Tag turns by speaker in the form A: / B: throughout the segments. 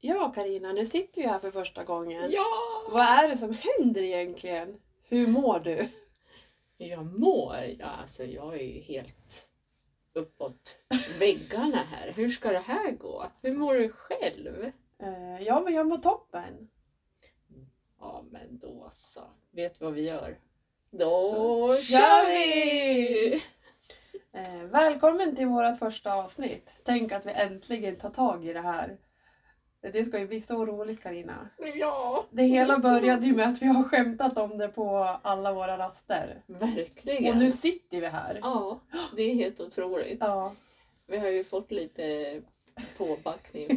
A: Ja, Karina, nu sitter vi här för första gången.
B: Ja!
A: Vad är det som händer egentligen? Hur mår du?
B: Hur jag mår? Ja, alltså jag är ju helt uppåt väggarna här. Hur ska det här gå? Hur mår du själv?
A: Eh, ja, men jag mår toppen.
B: Ja, men då så. Vet du vad vi gör? Då
A: kör
B: kör vi!
A: Eh, välkommen till vårt första avsnitt. Tänk att vi äntligen tar tag i det här. Det ska ju bli så roligt, Karina.
B: Ja!
A: Det hela började ju med att vi har skämtat om det på alla våra raster.
B: Verkligen!
A: Och nu sitter vi här.
B: Ja, det är helt otroligt.
A: Ja,
B: Vi har ju fått lite påbackning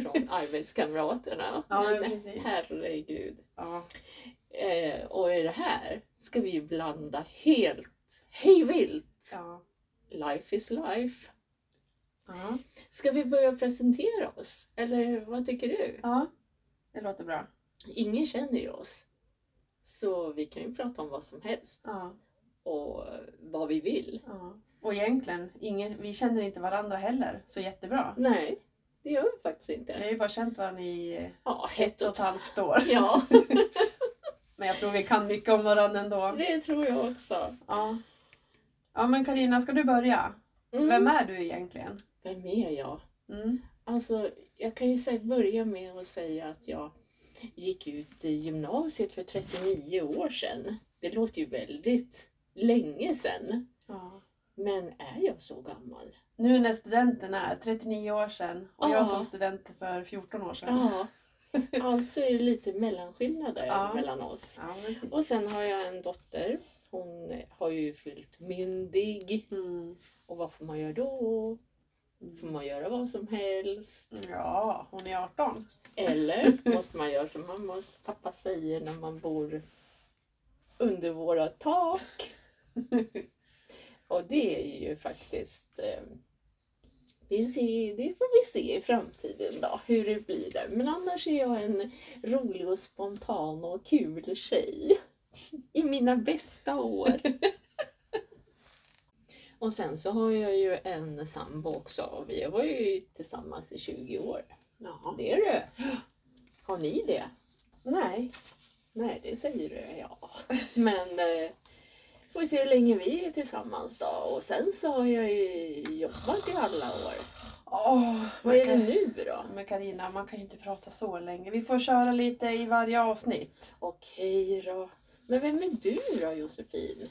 B: från arbetskamraterna.
A: Ja, men
B: men
A: precis.
B: herregud.
A: ja.
B: Eh, och i det här ska vi ju blanda helt hej vilt.
A: ja.
B: Life is life.
A: ja.
B: Ska vi börja presentera oss? Eller vad tycker du?
A: ja. Det låter bra.
B: Ingen känner ju oss. Så vi kan ju prata om vad som helst
A: Ja.
B: och vad vi vill.
A: Ja. Och egentligen, ingen, vi känner inte varandra heller så jättebra.
B: Nej, det gör vi faktiskt
A: Vi har
B: inte.
A: ju bara känt varandra i
B: Ja,
A: ett
B: hett
A: och
B: och
A: ett halvt år.
B: Ja,
A: Men jag tror vi kan mycket om varandra ändå.
B: det tror jag också.
A: Ja, ja men Karina, ska du börja?
B: Mm.
A: Vem är du egentligen?
B: Vem är jag?
A: Mm.
B: Alltså, jag kan ju säga, börja med att säga att jag gick ut i gymnasiet för 39 år sedan. Det låter ju väldigt länge sedan.
A: Ja.
B: Men är jag så gammal?
A: Nu när studenten är 39 år sedan och jag
B: Ja.
A: tog student för 14 år sedan.
B: Ja. Alltså är det lite mellanskillnader
A: Ja.
B: mellan oss.
A: Ja, men typ.
B: Och sen har jag en dotter. Hon har ju fyllt myndig.
A: mm.
B: Och vad får man göra då? Får man göra vad som helst?
A: ja, hon är 18.
B: Eller måste man göra som mamma och pappa säger när man bor under våra tak? Och det är ju faktiskt... eh, Det, ser, det får vi se i framtiden då, hur det blir där. Men annars är jag en rolig och spontan och kul tjej. I mina bästa år. Och sen så har jag ju en sambo också och vi var ju tillsammans i 20 år.
A: Ja.
B: Det är du. Har ni det?
A: Nej.
B: Nej, det säger du. Ja. Men eh, får vi se hur länge vi är tillsammans då. Och sen så har jag ju jobbat i alla år.
A: Åh,
B: Vad är det nu då?
A: Men Karina, man kan ju inte prata så länge. Vi får köra lite i varje avsnitt.
B: Okej då. Men vem är du då Josefin?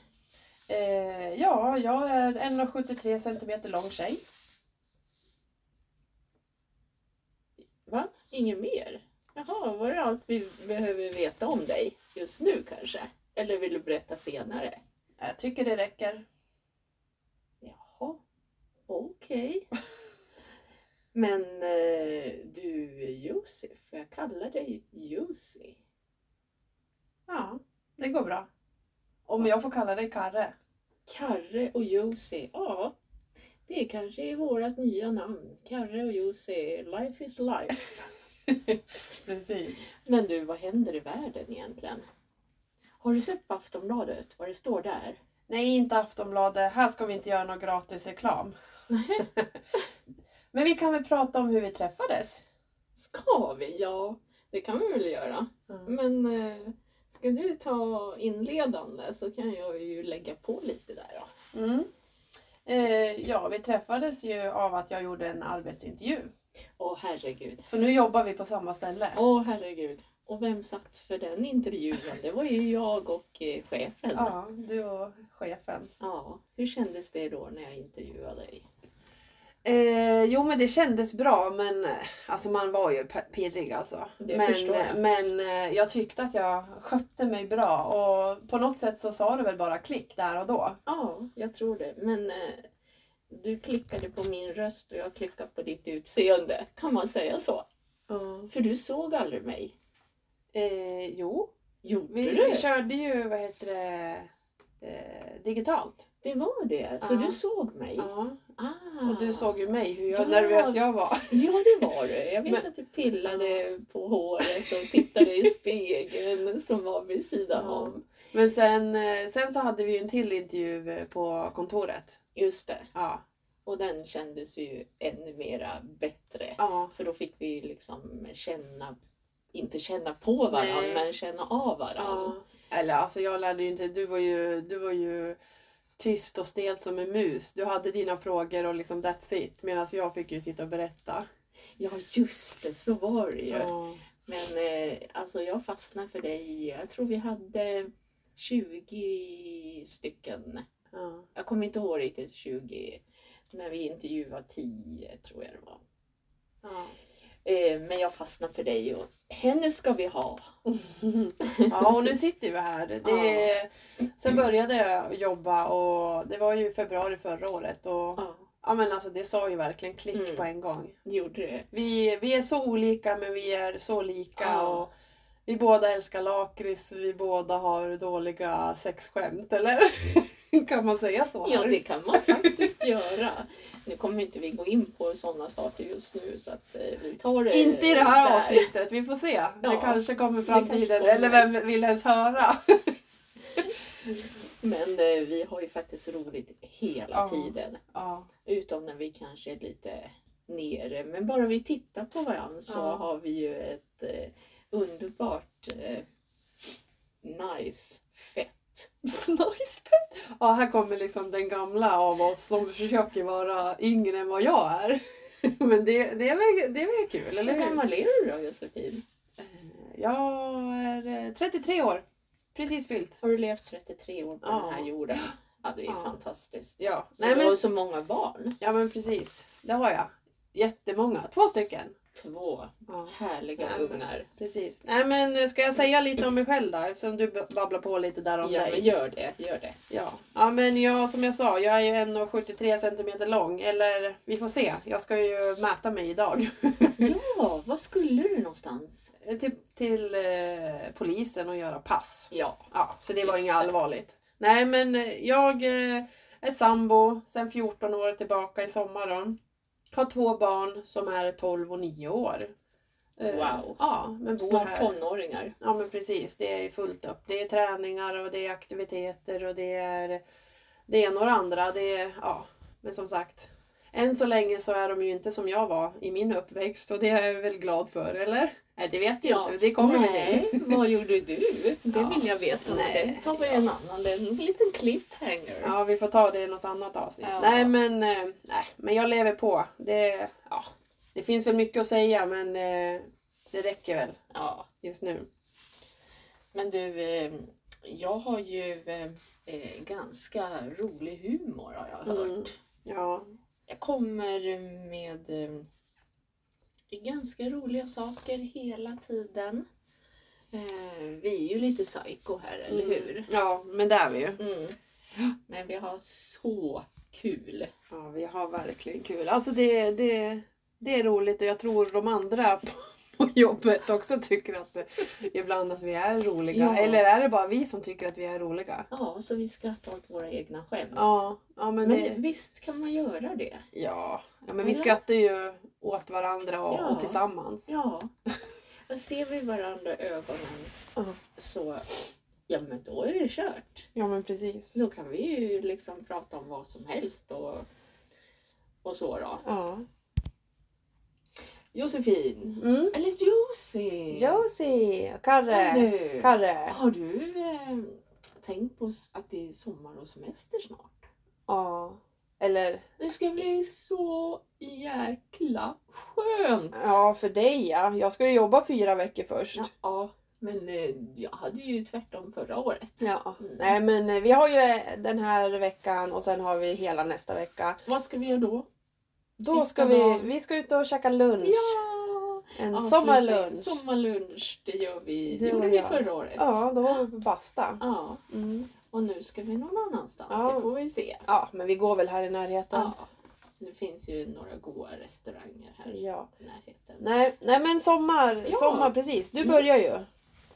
A: Eh, ja, jag är 1,73 centimeter lång tjej.
B: Va? Inget mer? Jaha, var det allt vi behöver veta om dig just nu kanske? Eller vill du berätta senare?
A: Jag tycker det räcker.
B: Jaha, okej. Men eh, du Josef, för jag kallar dig Jussi.
A: Ja, det går bra. Om jag får kalla dig Karre.
B: Karre och Jussi, ja. Det kanske är vårt nya namn. Karre och Jussi, life is life.
A: Precis.
B: Men du, vad händer i världen egentligen? Har du sett på Aftonbladet vad det står där?
A: Nej, inte Aftonbladet. Här ska vi inte göra någon gratis reklam.
B: Nej.
A: Men vi kan väl prata om hur vi träffades?
B: Ska vi? Ja, det kan vi väl göra.
A: Mm.
B: Men eh, ska du ta inledande så kan jag ju lägga på lite där då.
A: Mm. Eh, ja, vi träffades ju av att jag gjorde en arbetsintervju.
B: Åh herregud.
A: Så nu jobbar vi på samma ställe.
B: Åh herregud. Och vem satt för den intervjun? Det var ju jag och eh, chefen. Ja.
A: Ja, du och chefen.
B: Hur kändes det då när jag intervjuade dig?
A: Eh, jo men det kändes bra men eh, alltså man var ju pe- pirrig alltså.
B: Det
A: men
B: förstår jag.
A: men eh, jag tyckte att jag skötte mig bra och på något sätt så sa det väl bara klick där och då.
B: Ja, jag tror det. Men eh, du klickade på min röst och jag klickade på ditt utseende. Kan man säga så? För du såg aldrig mig.
A: Eh, jo,
B: Gjorde
A: vi,
B: du?
A: vi körde ju vad heter det, eh, digitalt.
B: Det var det. Så
A: Ja.
B: du såg mig?
A: Ja.
B: Ah.
A: Och du såg ju mig hur jag,
B: Ja.
A: nervös jag var.
B: Ja, det var du. Jag vet
A: Men-
B: att du pillade på håret och tittade i spegeln som var vid sidan
A: Ja.
B: om.
A: Men sen, eh, sen så hade vi ju en till intervju eh, på kontoret.
B: Just det.
A: Ja.
B: Och den kändes ju ännu mera bättre.
A: Ja.
B: För då fick vi ju liksom känna, inte känna på varandra,
A: Nej.
B: men känna av varandra.
A: Eller alltså jag lärde ju inte, du var ju, du var ju tyst och stel som en mus. Du hade dina frågor och liksom that's it. Medan jag fick ju sitta och berätta.
B: Ja, just det, så var det ju.
A: Ja.
B: Men eh, alltså jag fastnade för dig, jag tror vi hade 20 stycken.
A: Ja.
B: Jag kommer inte ihåg riktigt 20, men vi intervjuade 10 tror jag det var.
A: Ja.
B: Eh, men jag fastnade för dig och henne ska vi ha.
A: ja, och nu sitter vi här. Det, sen började jag jobba och det var ju februari förra året. Och,
B: Ja,
A: ja, men alltså, det sa ju verkligen klick
B: Mm.
A: på en gång.
B: gjorde det.
A: Vi, vi är så olika men vi är så lika.
B: Ja.
A: Och vi båda älskar lakrits, vi båda har dåliga sexskämt, eller? kan man säga så?
B: Ja, det kan man faktiskt göra. Nu kommer inte vi gå in på sådana saker just nu så att eh, vi tar det
A: Inte i det här
B: där.
A: avsnittet, vi får se. Det
B: Ja.
A: kanske kommer i
B: Det kanske
A: framtiden,
B: kommer.
A: eller vem vill ens höra?
B: Men eh, vi har ju faktiskt roligt hela
A: Ja.
B: tiden.
A: Ja,
B: Utom när vi kanske är lite nere. Men bara vi tittar på varandra så
A: Ja.
B: har vi ju ett eh, underbart eh, nice fett.
A: nice pet. Ja, här kommer liksom den gamla av oss som försöker vara yngre än vad jag är. Men det, det, är, väl, det är väl kul, eller
B: Hur
A: hur?
B: gammal är du då Josefin?
A: Jag är eh, 33 år, precis fyllt.
B: Har du levt 33 år på
A: Ja.
B: den här jorden? Ja, det är
A: Ja.
B: fantastiskt.
A: Ja, nej,
B: Nej, du
A: men
B: har så många barn.
A: Ja men precis, det har jag. Jättemånga, två stycken.
B: Två
A: Ja,
B: härliga
A: Ja, men-
B: ungar.
A: precis. Nej men ska jag säga lite om mig själv då? Eftersom du babblar på lite där om
B: Ja,
A: dig.
B: men gör det. Gör det.
A: Ja. ja men jag, som jag sa, jag är ju 1,73 centimeter lång. Eller vi får se, jag ska ju mäta mig idag.
B: Ja, vad skulle du någonstans?
A: till till eh, polisen och göra pass.
B: Ja,
A: Ja, så det var
B: Just
A: inget
B: det.
A: allvarligt. Nej men eh, jag eh, är sambo sedan 14 år tillbaka i sommar. då. Har två barn som är 12 och 9 år. Eh,
B: Wow.
A: Ja, men bor
B: snart
A: här.
B: tonåringar.
A: Ja men precis, det är ju fullt upp. Det är träningar och det är aktiviteter och det är det ena och det andra. Det är, ja, men som sagt. Än så länge så är de ju inte som jag var i min uppväxt och det är jag väl glad för, eller? Nej det vet jag
B: Ja.
A: inte, det kommer vi till.
B: Nej, vad gjorde du? Det
A: Ja.
B: vill jag veta.
A: Nej.
B: Det tar vi en annan, en liten cliffhanger.
A: Ja, vi får ta det i något annat avsnitt.
B: Ja.
A: Nej, men, eh, nej, men jag lever på. Det, ja, det finns väl mycket att säga, men eh, det räcker väl
B: Ja.
A: just nu.
B: Men du, eh, jag har ju eh, eh, ganska rolig humor har jag hört.
A: Mm. Ja,
B: Jag kommer med eh, ganska roliga saker hela tiden. Eh, Vi är ju lite psycho här, eller
A: Mm.
B: hur?
A: Ja, men det är vi ju.
B: Mm. Men vi har så kul.
A: Ja, vi har verkligen kul. Alltså det, det, det är roligt och jag tror de andra på, på jobbet också tycker att det, ibland att vi är roliga.
B: Ja.
A: Eller är det bara vi som tycker att vi är roliga?
B: Ja, så vi skrattar åt våra egna skämt.
A: Ja, ja men,
B: Men
A: det,
B: visst kan man göra det?
A: ja. ja, men vi
B: Eller?
A: skrattar ju åt varandra och,
B: Ja.
A: och tillsammans.
B: Ja. Och ser vi varandra i ögonen
A: Ja.
B: så, ja men då är det kört.
A: Ja men precis.
B: Så kan vi ju liksom prata om vad som helst och, och så då.
A: Ja.
B: Josefin,
A: Mm.
B: eller Josie.
A: Josie och Karre.
B: Du,
A: Karre.
B: har du eh, tänkt på att det är sommar och semester snart?
A: Ja. Eller?
B: Det ska bli så jäkla skönt.
A: Ja, för dig ja. Jag ska ju jobba fyra veckor först.
B: Ja, ja, men eh, jag hade ju tvärtom förra året.
A: Ja.
B: Mm.
A: Nej men eh, vi har ju eh, den här veckan och sen har vi hela nästa vecka.
B: Vad ska vi göra då?
A: Då
B: Sista
A: ska vi,
B: dagen.
A: vi ska ut och käka lunch.
B: Ja!
A: En
B: Ja,
A: sommarlunch.
B: så- Sommarlunch, det gör vi.
A: Det
B: Det gjorde
A: var
B: vi
A: jag.
B: förra året.
A: Ja, då var vi på Basta.
B: Ja,
A: Mm.
B: Och nu ska vi någon annanstans,
A: Ja.
B: det får vi se.
A: Ja, men vi går väl här i närheten.
B: Ja. Det finns ju några goda restauranger här i
A: Ja.
B: närheten.
A: Nej, nej men sommar,
B: Ja.
A: sommar precis. Du börjar ju.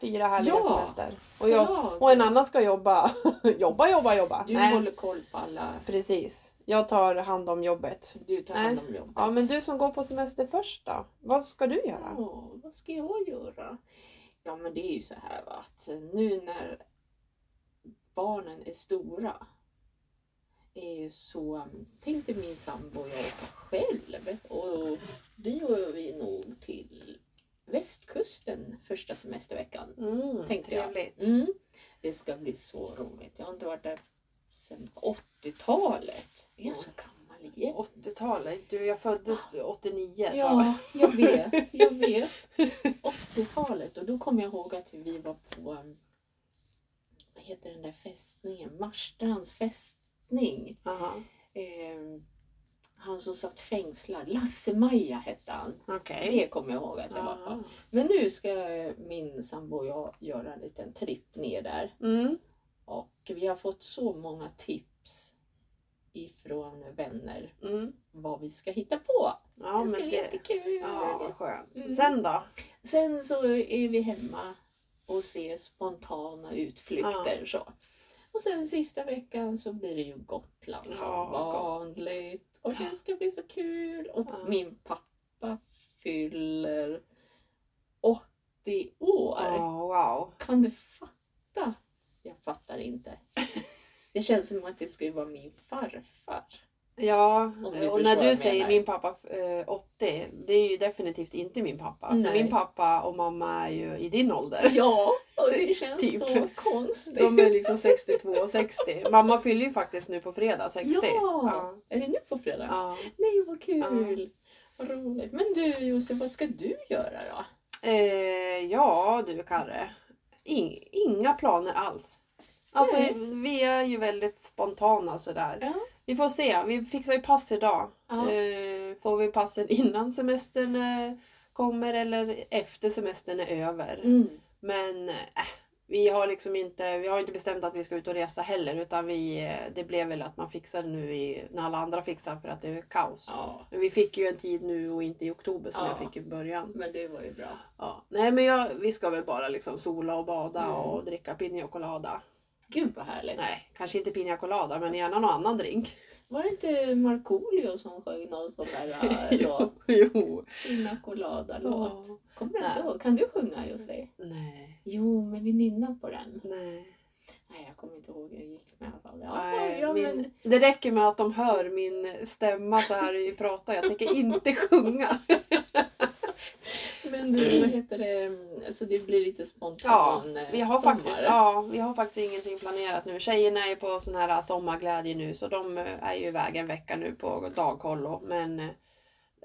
A: Fyra härliga
B: Ja.
A: semester.
B: Ska
A: Och, jag,
B: jag?
A: och en annan ska jobba. jobba, jobba, jobba.
B: Du
A: nej,
B: håller koll på alla,
A: precis. Jag tar hand om jobbet.
B: du tar
A: Nej.
B: hand om jobbet.
A: Ja, men du som går på semester först då? Vad ska du göra?
B: Ja, vad ska jag göra? Ja men det är ju så här va, att nu när barnen är stora är ju så... Tänk dig min sambo och jag åka själv. Och vi och vi nog till västkusten första semesterveckan.
A: Mm,
B: Tänkte jag.
A: trevligt.
B: Mm. Det ska bli så roligt. Jag har inte varit där sedan 80-talet. Är jag så gammal igen?
A: 80-talet. Du, jag föddes 89 så.
B: Ja, jag vet. Jag vet. 80-talet och då kommer jag ihåg att vi var på um, vad heter den där fästningen? Marstrands fästning.
A: Aha,
B: Ehm, han som satt fängslad, Lasse-Maja hette han.
A: okej.
B: Det kommer jag ihåg att jag var på.
A: Aha.
B: Men nu ska min sambo och jag göra en liten tripp ner där.
A: Mm.
B: Och vi har fått så många tips ifrån vänner
A: Mm.
B: vad vi ska hitta på.
A: Ja,
B: det
A: men
B: ska bli
A: det...
B: jättekul!
A: Ja, vad skönt.
B: Mm.
A: Sen då?
B: Sen så är vi hemma och ser spontana utflykter så. Och sen sista veckan så blir det ju Gotland som
A: Ja,
B: vanligt. Och det ska bli så kul. Och
A: Ja.
B: min pappa fyller 80 år.
A: Ja, wow.
B: Kan du fatta? Jag fattar inte. Det känns som att det skulle vara min farfar.
A: Ja,
B: ni
A: och
B: förstår
A: när
B: vad
A: du
B: jag
A: säger
B: menar.
A: min pappa eh, 80, det är ju definitivt inte min pappa. För
B: Nej.
A: min pappa och mamma är ju i din ålder.
B: Ja, och det känns
A: Typ.
B: så konstigt.
A: De är liksom 62 och 60. Mamma fyller ju faktiskt nu på fredag 60.
B: Ja! Är det nu på fredag?
A: Ja.
B: Nej, vad kul! Vad roligt. Men du Josef, vad ska du göra då?
A: Eh, ja du Karre. Ing, inga planer alls. Alltså
B: Nej.
A: vi är ju väldigt spontana sådär.
B: Ja.
A: Vi får se. Vi fixar ju pass idag.
B: Ja.
A: Eh, får vi passen innan semestern eh, kommer eller efter semestern är över.
B: Mm.
A: Men eh, vi har liksom inte, vi har inte bestämt att vi ska ut och resa heller utan vi, eh, det blev väl att man fixar nu i, när alla andra fixar för att det är kaos.
B: ja,
A: Men vi fick ju en tid nu och inte i oktober som
B: Ja.
A: jag fick i början.
B: men det var ju bra.
A: Ja. Nej men jag, vi ska väl bara liksom sola och bada
B: Mm.
A: och dricka piña colada.
B: Gud vad härligt.
A: Nej, kanske inte piña colada men gärna någon annan drink.
B: Var det inte Markoolio som sjöng någon sån där äh, låt?
A: jo.
B: Pina Colada-låt?
A: Ja.
B: Kommer du inte
A: Nej.
B: ihåg? Kan du sjunga Josef?
A: Nej.
B: Jo, men vi nynnar på den.
A: Nej.
B: Nej, jag kommer inte ihåg hur jag gick med i alla fall. Ja,
A: Nej,
B: ja, men...
A: min, det räcker med att de hör min stämma så här i prata. Jag tänker inte sjunga.
B: men du, vad heter det? Mm, Så det blir lite
A: Ja,
B: spontan eh,
A: vi har,
B: sommar.
A: faktiskt, ja, vi har faktiskt ingenting planerat nu. Tjejerna är på sån här äh, sommarglädje nu så de eh, är ju iväg en vecka nu på dagkollo. Men eh,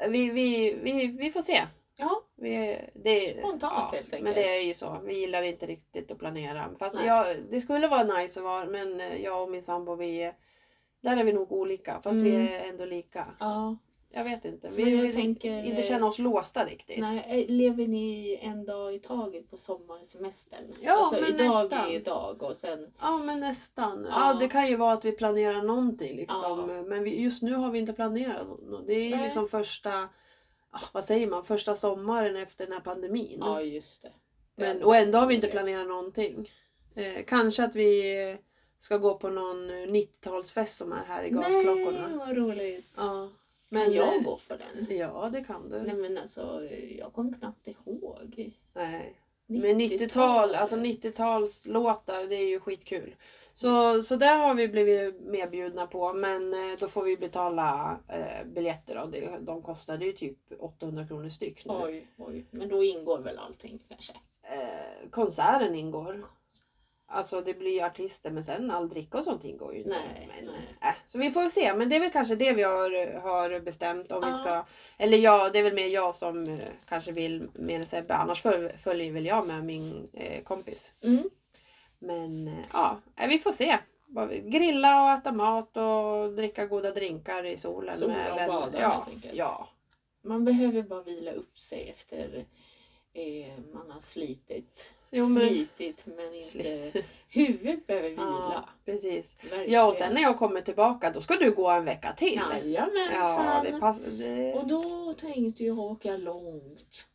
A: vi, vi, vi, vi får se.
B: ja,
A: Vi, det,
B: Spontant, helt
A: Men
B: enkelt.
A: det är ju så. Vi gillar inte riktigt att planera. Fast
B: Nej.
A: jag, det skulle vara nice att vara, men eh, jag och min sambo vi där är vi nog olika, fast vi
B: Mm.
A: är ändå lika.
B: ja.
A: Jag vet inte. Vi
B: Men jag
A: vill
B: tänker,
A: inte
B: eh,
A: känna oss låsta riktigt.
B: Nej, lever ni en dag i taget på sommarsemestern?
A: Ja,
B: alltså,
A: men
B: idag
A: nästan. Mm.
B: är idag och sen...
A: Ja men nästan. Ja.
B: Ja.
A: det kan ju vara att vi planerar någonting liksom.
B: Ja.
A: Men vi, just nu har vi inte planerat något. Det är ju
B: Nej.
A: liksom första, ah, vad säger man, första sommaren efter den här pandemin.
B: Ja, just det.
A: men, och ändå har vi inte planerat någonting. Eh, kanske att vi ska gå på någon 90-talsfest som är här i gasklockorna.
B: Nej, vad roligt.
A: Ja.
B: Men kan jag
A: eh,
B: gå på den?
A: Ja det kan du.
B: Nej men alltså, jag kommer knappt ihåg.
A: Nej. Men 90-tal, alltså 90-talslåtar, det är ju skitkul. Så, så där har vi blivit medbjudna på, men eh, då får vi betala eh, biljetter. Då. Det- De kostade ju typ 800 kronor styck nu.
B: Oj, oj. Men då ingår väl allting kanske?
A: Eh, konserten ingår. Alltså det blir ju artister, men sen all dricka och sånt ingår ju inte.
B: Nej,
A: men,
B: nej.
A: eh, så vi får väl se, men det är väl kanske det vi har, har bestämt om vi
B: Ja.
A: ska... Eller jag, det är väl mer jag som eh, kanske vill mer än Sebbe, annars föl- följer väl jag med min eh, kompis.
B: Mm.
A: Men eh, ja, eh, vi får se. Vad vi- Grilla och äta mat och dricka goda drinkar i solen.
B: Sola
A: med
B: och
A: vänner.
B: bada,
A: ja,
B: helt enkelt.
A: ja.
B: Man behöver bara vila upp sig efter eh, man har slitit.
A: Jo, men-
B: Slitit men inte...
A: Slitit.
B: Huvudet behöver
A: ja,
B: vila.
A: precis.
B: Verkligen.
A: Ja, och sen när jag kommer tillbaka då ska du gå en vecka till.
B: Jajamensan!
A: Ja, det passar. Det...
B: Och då tänkte jag åka långt.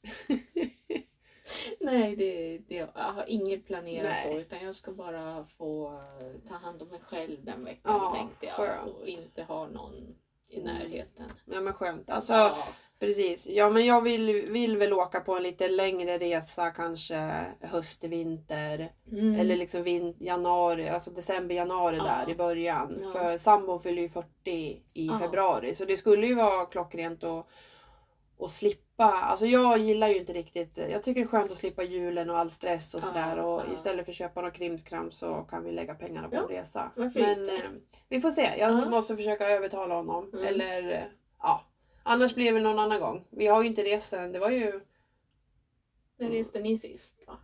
B: Nej, det, det, jag har inget planerat
A: Nej.
B: på utan jag ska bara få eh, ta hand om mig själv den veckan
A: Ja,
B: tänkte jag.
A: skönt.
B: Och inte ha någon i
A: Mm.
B: närheten.
A: Ja, men skönt. Alltså,
B: Ja,
A: Precis. Ja, men jag vill, vill väl åka på en lite längre resa kanske höst, vinter
B: Mm.
A: eller liksom vin, januari, alltså december, januari
B: Ja.
A: där i början.
B: Ja.
A: För sambon fyller ju 40 i
B: Ja.
A: februari så det skulle ju vara klockrent att, att slippa. Alltså jag gillar ju inte riktigt, jag tycker det är skönt att slippa julen och all stress och
B: Ja,
A: sådär och
B: ja.
A: istället för att köpa något krimskrams så kan vi lägga pengarna på
B: Ja,
A: en resa.
B: varför
A: Men
B: inte?
A: eh, vi får se, jag
B: Ja.
A: måste försöka övertala honom.
B: Mm.
A: Eller eh, ja, annars blir det väl någon annan gång. Vi har ju inte rest sen, det var ju
B: När reste ni sist? Va?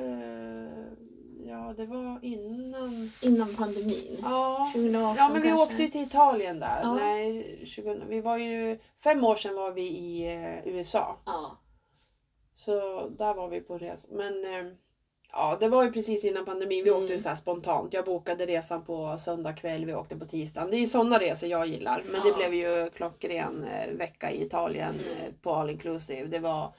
A: eh, Ja, det var innan
B: Innan pandemin?
A: Ja,
B: 2018
A: ja men vi
B: kanske?
A: åkte ju till Italien där.
B: Ja.
A: Nej, 20, vi var ju, fem år sedan var vi i eh, USA.
B: Ja.
A: Så där var vi på resa. Men eh, ja, det var ju precis innan pandemin. Vi
B: Mm.
A: åkte ju så här spontant. Jag bokade resan på söndag kväll. Vi åkte på tisdagen. Det är ju sådana resor jag gillar. Men det
B: Ja.
A: blev ju klockren eh, vecka i Italien
B: Mm.
A: eh, på all inclusive. Det var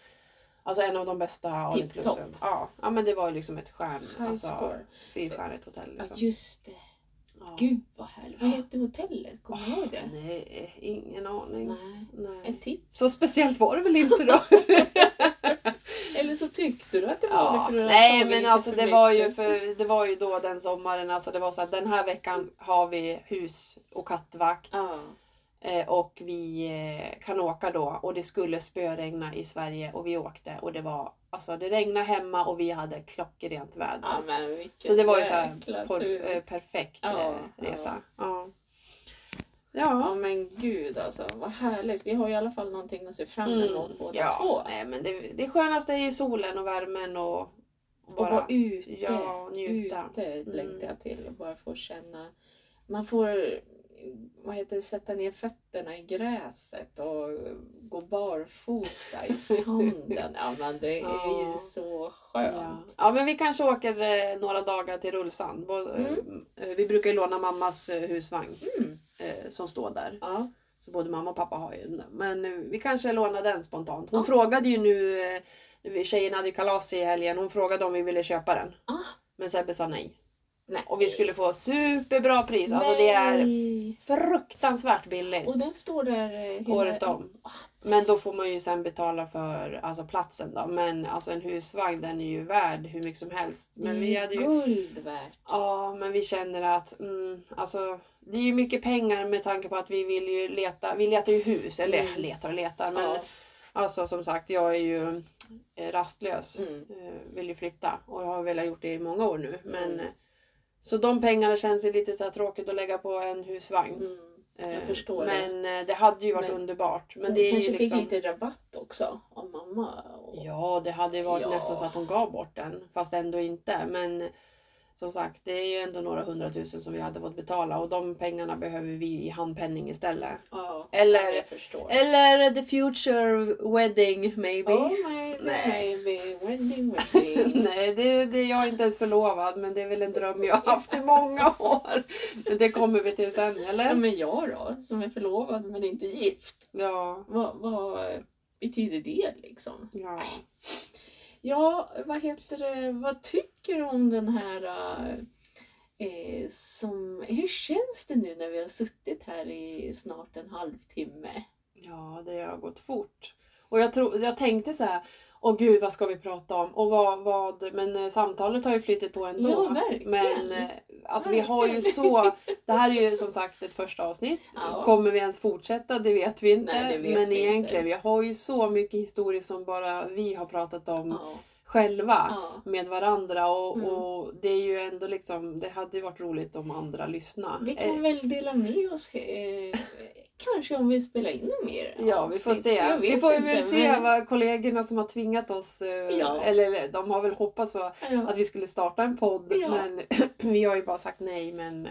A: alltså en av de bästa all
B: Tipptopp.
A: inclusive. Ja. ja, men det var ju liksom ett stjärn,
B: High
A: alltså,
B: score.
A: fyrstjärnigt hotell.
B: Ja,
A: Liksom.
B: just det.
A: Ja.
B: Gud vad härligt. Vad hette hotellet? Kommer du
A: Åh,
B: ihåg det?
A: Nej, ingen aning.
B: Nej.
A: Nej.
B: Ett tips.
A: Så speciellt var det väl inte då?
B: Eller så tyckte du att det var
A: ja.
B: det för att
A: Nej
B: ta
A: men
B: lite
A: alltså
B: för
A: det var, ju
B: mycket.
A: för, det var ju då den sommaren, alltså det var så att den här veckan har vi hus och kattvakt
B: Ja.
A: eh, och vi eh, kan åka då och det skulle spöregna i Sverige och vi åkte och det var alltså det regnade hemma och vi hade klockrent väder.
B: ja men vilken
A: så det var ju så här
B: jäkla
A: por-
B: tur.
A: eh, perfekt
B: Ja,
A: eh, resa. Ja. Mm. Ja.
B: Ja men gud alltså vad härligt. Vi har ju i alla fall någonting att se fram emot
A: Mm,
B: båda
A: ja.
B: två.
A: Nej, men det, det skönaste är ju solen och värmen och, och
B: Och
A: bara
B: vara ute.
A: ja, njuta.
B: Ute
A: Mm.
B: längtar jag till och bara få känna. Man får vad heter det, sätta ner fötterna i gräset och gå barfota i sanden. Ja men det är
A: Ja.
B: ju så
A: Ja.
B: skönt.
A: ja, men vi kanske åker eh, några dagar till Rullsand. Bå- eh, eh, Vi brukar ju låna mammas eh, husvagn
B: Mm.
A: eh, som står där.
B: Ja.
A: Så både mamma och pappa har ju en. Men eh, vi kanske lånar den spontant. Hon
B: Ja.
A: frågade ju nu, eh, vi- tjejerna hade ju kalas i helgen, hon frågade om vi ville köpa den.
B: Ah.
A: Men Sebbe sa nej.
B: Nej.
A: Och vi skulle få superbra pris. Alltså det är
B: Nej.
A: fruktansvärt billigt.
B: Och den står där eh, hela...
A: året om. Men då får man ju sen betala för alltså, platsen då. Men alltså en husvagn den är ju värd hur mycket som helst. Men
B: det
A: vi
B: är
A: hade
B: ju
A: ju,
B: guld värt.
A: ja men vi känner att mm, alltså, det är ju mycket pengar med tanke på att vi vill ju leta, vi letar ju hus, eller
B: Mm.
A: letar och letar. Men
B: Ja.
A: alltså som sagt jag är ju eh, rastlös.
B: Mm.
A: Eh, Vill ju flytta och har väl gjort det i många år nu. Men, eh,
B: Mm.
A: Så de pengarna känns ju lite så här tråkigt att lägga på en husvagn.
B: Mm.
A: Eh,
B: förstår det.
A: men det. det hade ju varit
B: Men-
A: underbart. Men
B: Hon
A: det är
B: kanske
A: ju liksom...
B: fick lite rabatt också av mamma. Och...
A: Ja, det hade ju varit
B: Ja.
A: nästan så att hon gav bort den. Fast ändå inte. Men som sagt, det är ju ändå några hundratusen som vi hade fått betala och de pengarna behöver vi i handpenning istället.
B: Ja,
A: Eller-
B: jag förstår.
A: Eller the future wedding maybe.
B: Oh, maybe,
A: Nej.
B: maybe, wedding, wedding.
A: Nej, det, det, jag är inte ens förlovad men det är väl en dröm jag har haft i många år. Men det kommer vi till sen,
B: ja,
A: eller?
B: men jag då, som är förlovad men inte gift.
A: Ja.
B: Vad, vad betyder det liksom?
A: ja.
B: Ja, vad heter det, vad tycker du om den här eh, som, hur känns det nu när vi har suttit här i snart en halvtimme?
A: Ja, det har gått fort. Och jag, tro, jag tänkte så här, åh gud vad ska vi prata om? Och vad, vad, men eh, samtalet har ju flyttit på ändå.
B: Ja, verkligen.
A: Men eh, alltså vi har ju
B: Verkligen.
A: så, det här är ju som sagt ett första avsnitt.
B: Ja.
A: Kommer vi ens fortsätta? Det vet vi inte.
B: Nej, det vet
A: men
B: vi
A: egentligen,
B: inte.
A: vi har ju så mycket historier som bara vi har pratat om
B: Ja,
A: själva.
B: ja,
A: med varandra och,
B: Mm.
A: och det är ju ändå liksom, det hade ju varit roligt om andra lyssnade.
B: Vi kan
A: Eh,
B: väl dela med oss eh, kanske om vi spelar in mer
A: Ja, vi får
B: avsnitt.
A: se.
B: Jag
A: Vi
B: vet
A: får
B: inte,
A: väl se
B: men-
A: vad kollegorna som har tvingat oss, eh,
B: Ja.
A: eller de har väl hoppats på
B: Ja.
A: att vi skulle starta en podd
B: Ja.
A: men vi har ju bara sagt nej men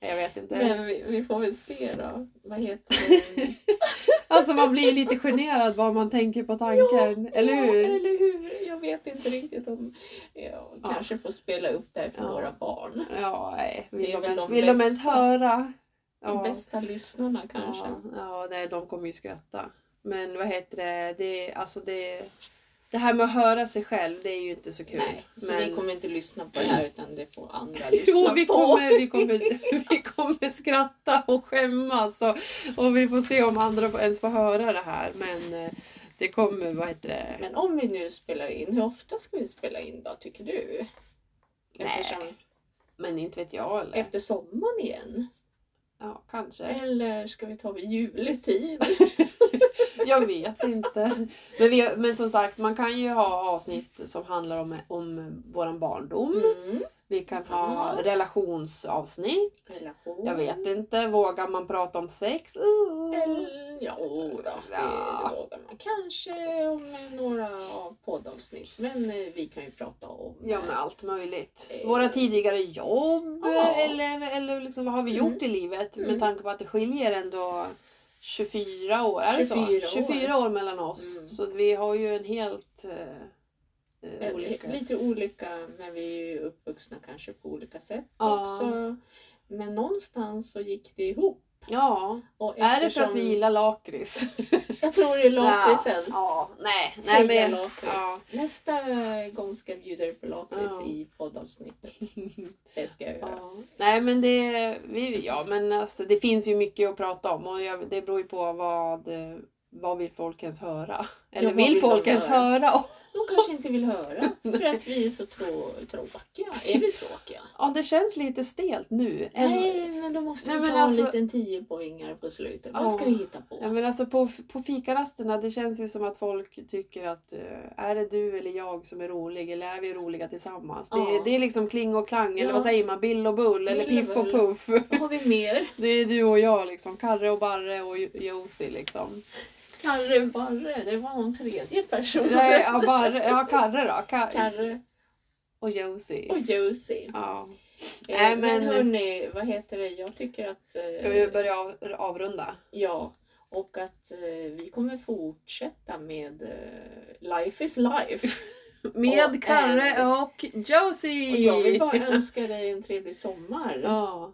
A: jag vet inte.
B: Men vi, vi får väl se då. Vad heter det?
A: Alltså man blir ju lite generad vad man tänker på tanken, eller
B: Ja,
A: hur?
B: eller hur? Jag vet inte riktigt om... Ja,
A: Ja.
B: Kanske får spela upp det här för
A: Ja.
B: våra barn.
A: Ja, nej.
B: Det
A: Vill,
B: är
A: de
B: väl
A: ens,
B: de
A: vill de ens
B: bästa.
A: höra?
B: De bästa lyssnarna kanske.
A: Ja, ja nej, de kommer ju skratta. Men vad heter det, det, alltså det, Det här med att höra sig själv, det är ju inte så kul.
B: Nej, så
A: men- Mm.
B: vi kommer inte lyssna på det här utan det får andra lyssna
A: Jo, vi
B: på.
A: kommer, vi, kommer, vi kommer skratta och skämmas och, och vi får se om andra ens får höra det här. Men eh, det kommer, vad heter det?
B: Men om vi nu spelar in, hur ofta ska vi spela in då tycker du? Eftersom,
A: Nej. Men inte vet jag eller?
B: Efter sommaren igen?
A: Ja, kanske.
B: Eller ska vi ta vid juletid?
A: Jag vet inte. Men, vi, men som sagt, man kan ju ha avsnitt som handlar om, om våran barndom.
B: Mm.
A: Vi kan ha
B: Ja.
A: relationsavsnitt.
B: Relation.
A: Jag vet inte, vågar man prata om sex? Uh.
B: Eller, ja, då, det,
A: Ja.
B: det vågar man kanske om eh, några av poddavsnitt. Men eh, vi kan ju prata om...
A: Ja,
B: eh,
A: men allt möjligt.
B: Eh.
A: Våra tidigare jobb
B: Ja.
A: eller, eller liksom, vad har vi
B: Mm.
A: gjort i livet
B: Mm.
A: med tanke på att det skiljer ändå 24 år, är det så?
B: 24 år.
A: 24 år mellan oss.
B: Mm.
A: Så vi har ju en helt eh, eh,
B: eh,
A: olika...
B: Lite olika, men vi är ju uppvuxna kanske på olika sätt
A: Ja.
B: också. Men någonstans så gick det ihop.
A: Ja,
B: Och
A: är det för att vi gillar lakrits?
B: Jag tror det är lakritsen.
A: Ja, ja, nej. nej
B: Nej,
A: men, ja.
B: lakrits. Nästa gång ska jag bjuda dig på lakrits
A: Ja.
B: i poddavsnittet. Det ska jag göra.
A: Ja. Nej men det, vi, ja, men alltså, det finns ju mycket att prata om och jag, det beror ju på vad, eh, vad vill folk ens höra? Eller
B: vad
A: vill,
B: vill
A: folk
B: de
A: ens
B: höra?
A: höra? om?
B: De kanske inte vill höra för att vi är så trå- tråkiga. Är vi tråkiga?
A: Ja det känns lite stelt nu. Än-
B: Nej, men då måste
A: Nej,
B: vi
A: men
B: ta
A: alltså-
B: en liten 10 poängare på slutet. Vad
A: Ja.
B: ska vi hitta på?
A: Ja, men alltså på, på fikarasterna det känns ju som att folk tycker att eh, är det du eller jag som är rolig eller är vi roliga tillsammans? Det,
B: Ja.
A: det är liksom kling och klang eller
B: Ja.
A: vad säger man? Bill och Bull eller
B: Bill och
A: Piff och
B: Bull.
A: Puff.
B: Vad har vi mer?
A: Det är du och jag liksom. Karre och Barre och Jo- Josie liksom.
B: Karre Barre, det var någon tredje person.
A: Nej, ja, barre, ja Karre då. Ka-
B: Karre
A: Och Josie.
B: och Josie.
A: Ja.
B: Eh,
A: Nej,
B: men
A: men-
B: hörni, vad heter det? Jag tycker att... eh,
A: Ska vi börja av, avrunda?
B: Ja, och att eh, vi kommer fortsätta med eh, Life is life.
A: Med
B: Och,
A: Karre
B: eh,
A: och Josie!
B: Och jag vill bara önska dig en trevlig sommar.
A: Ja.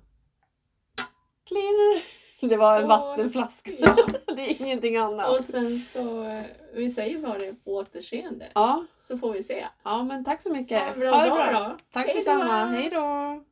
A: Klirr! Det var en
B: Skål.
A: vattenflaska.
B: Ja.
A: Det är ingenting annat.
B: Och sen så, eh, vi säger bara det på återseende.
A: Ja,
B: Så får vi se.
A: ja men tack så mycket.
B: Ha en bra,
A: Ha det
B: dag då.
A: Tack
B: Hej då.
A: detsamma. Hej då!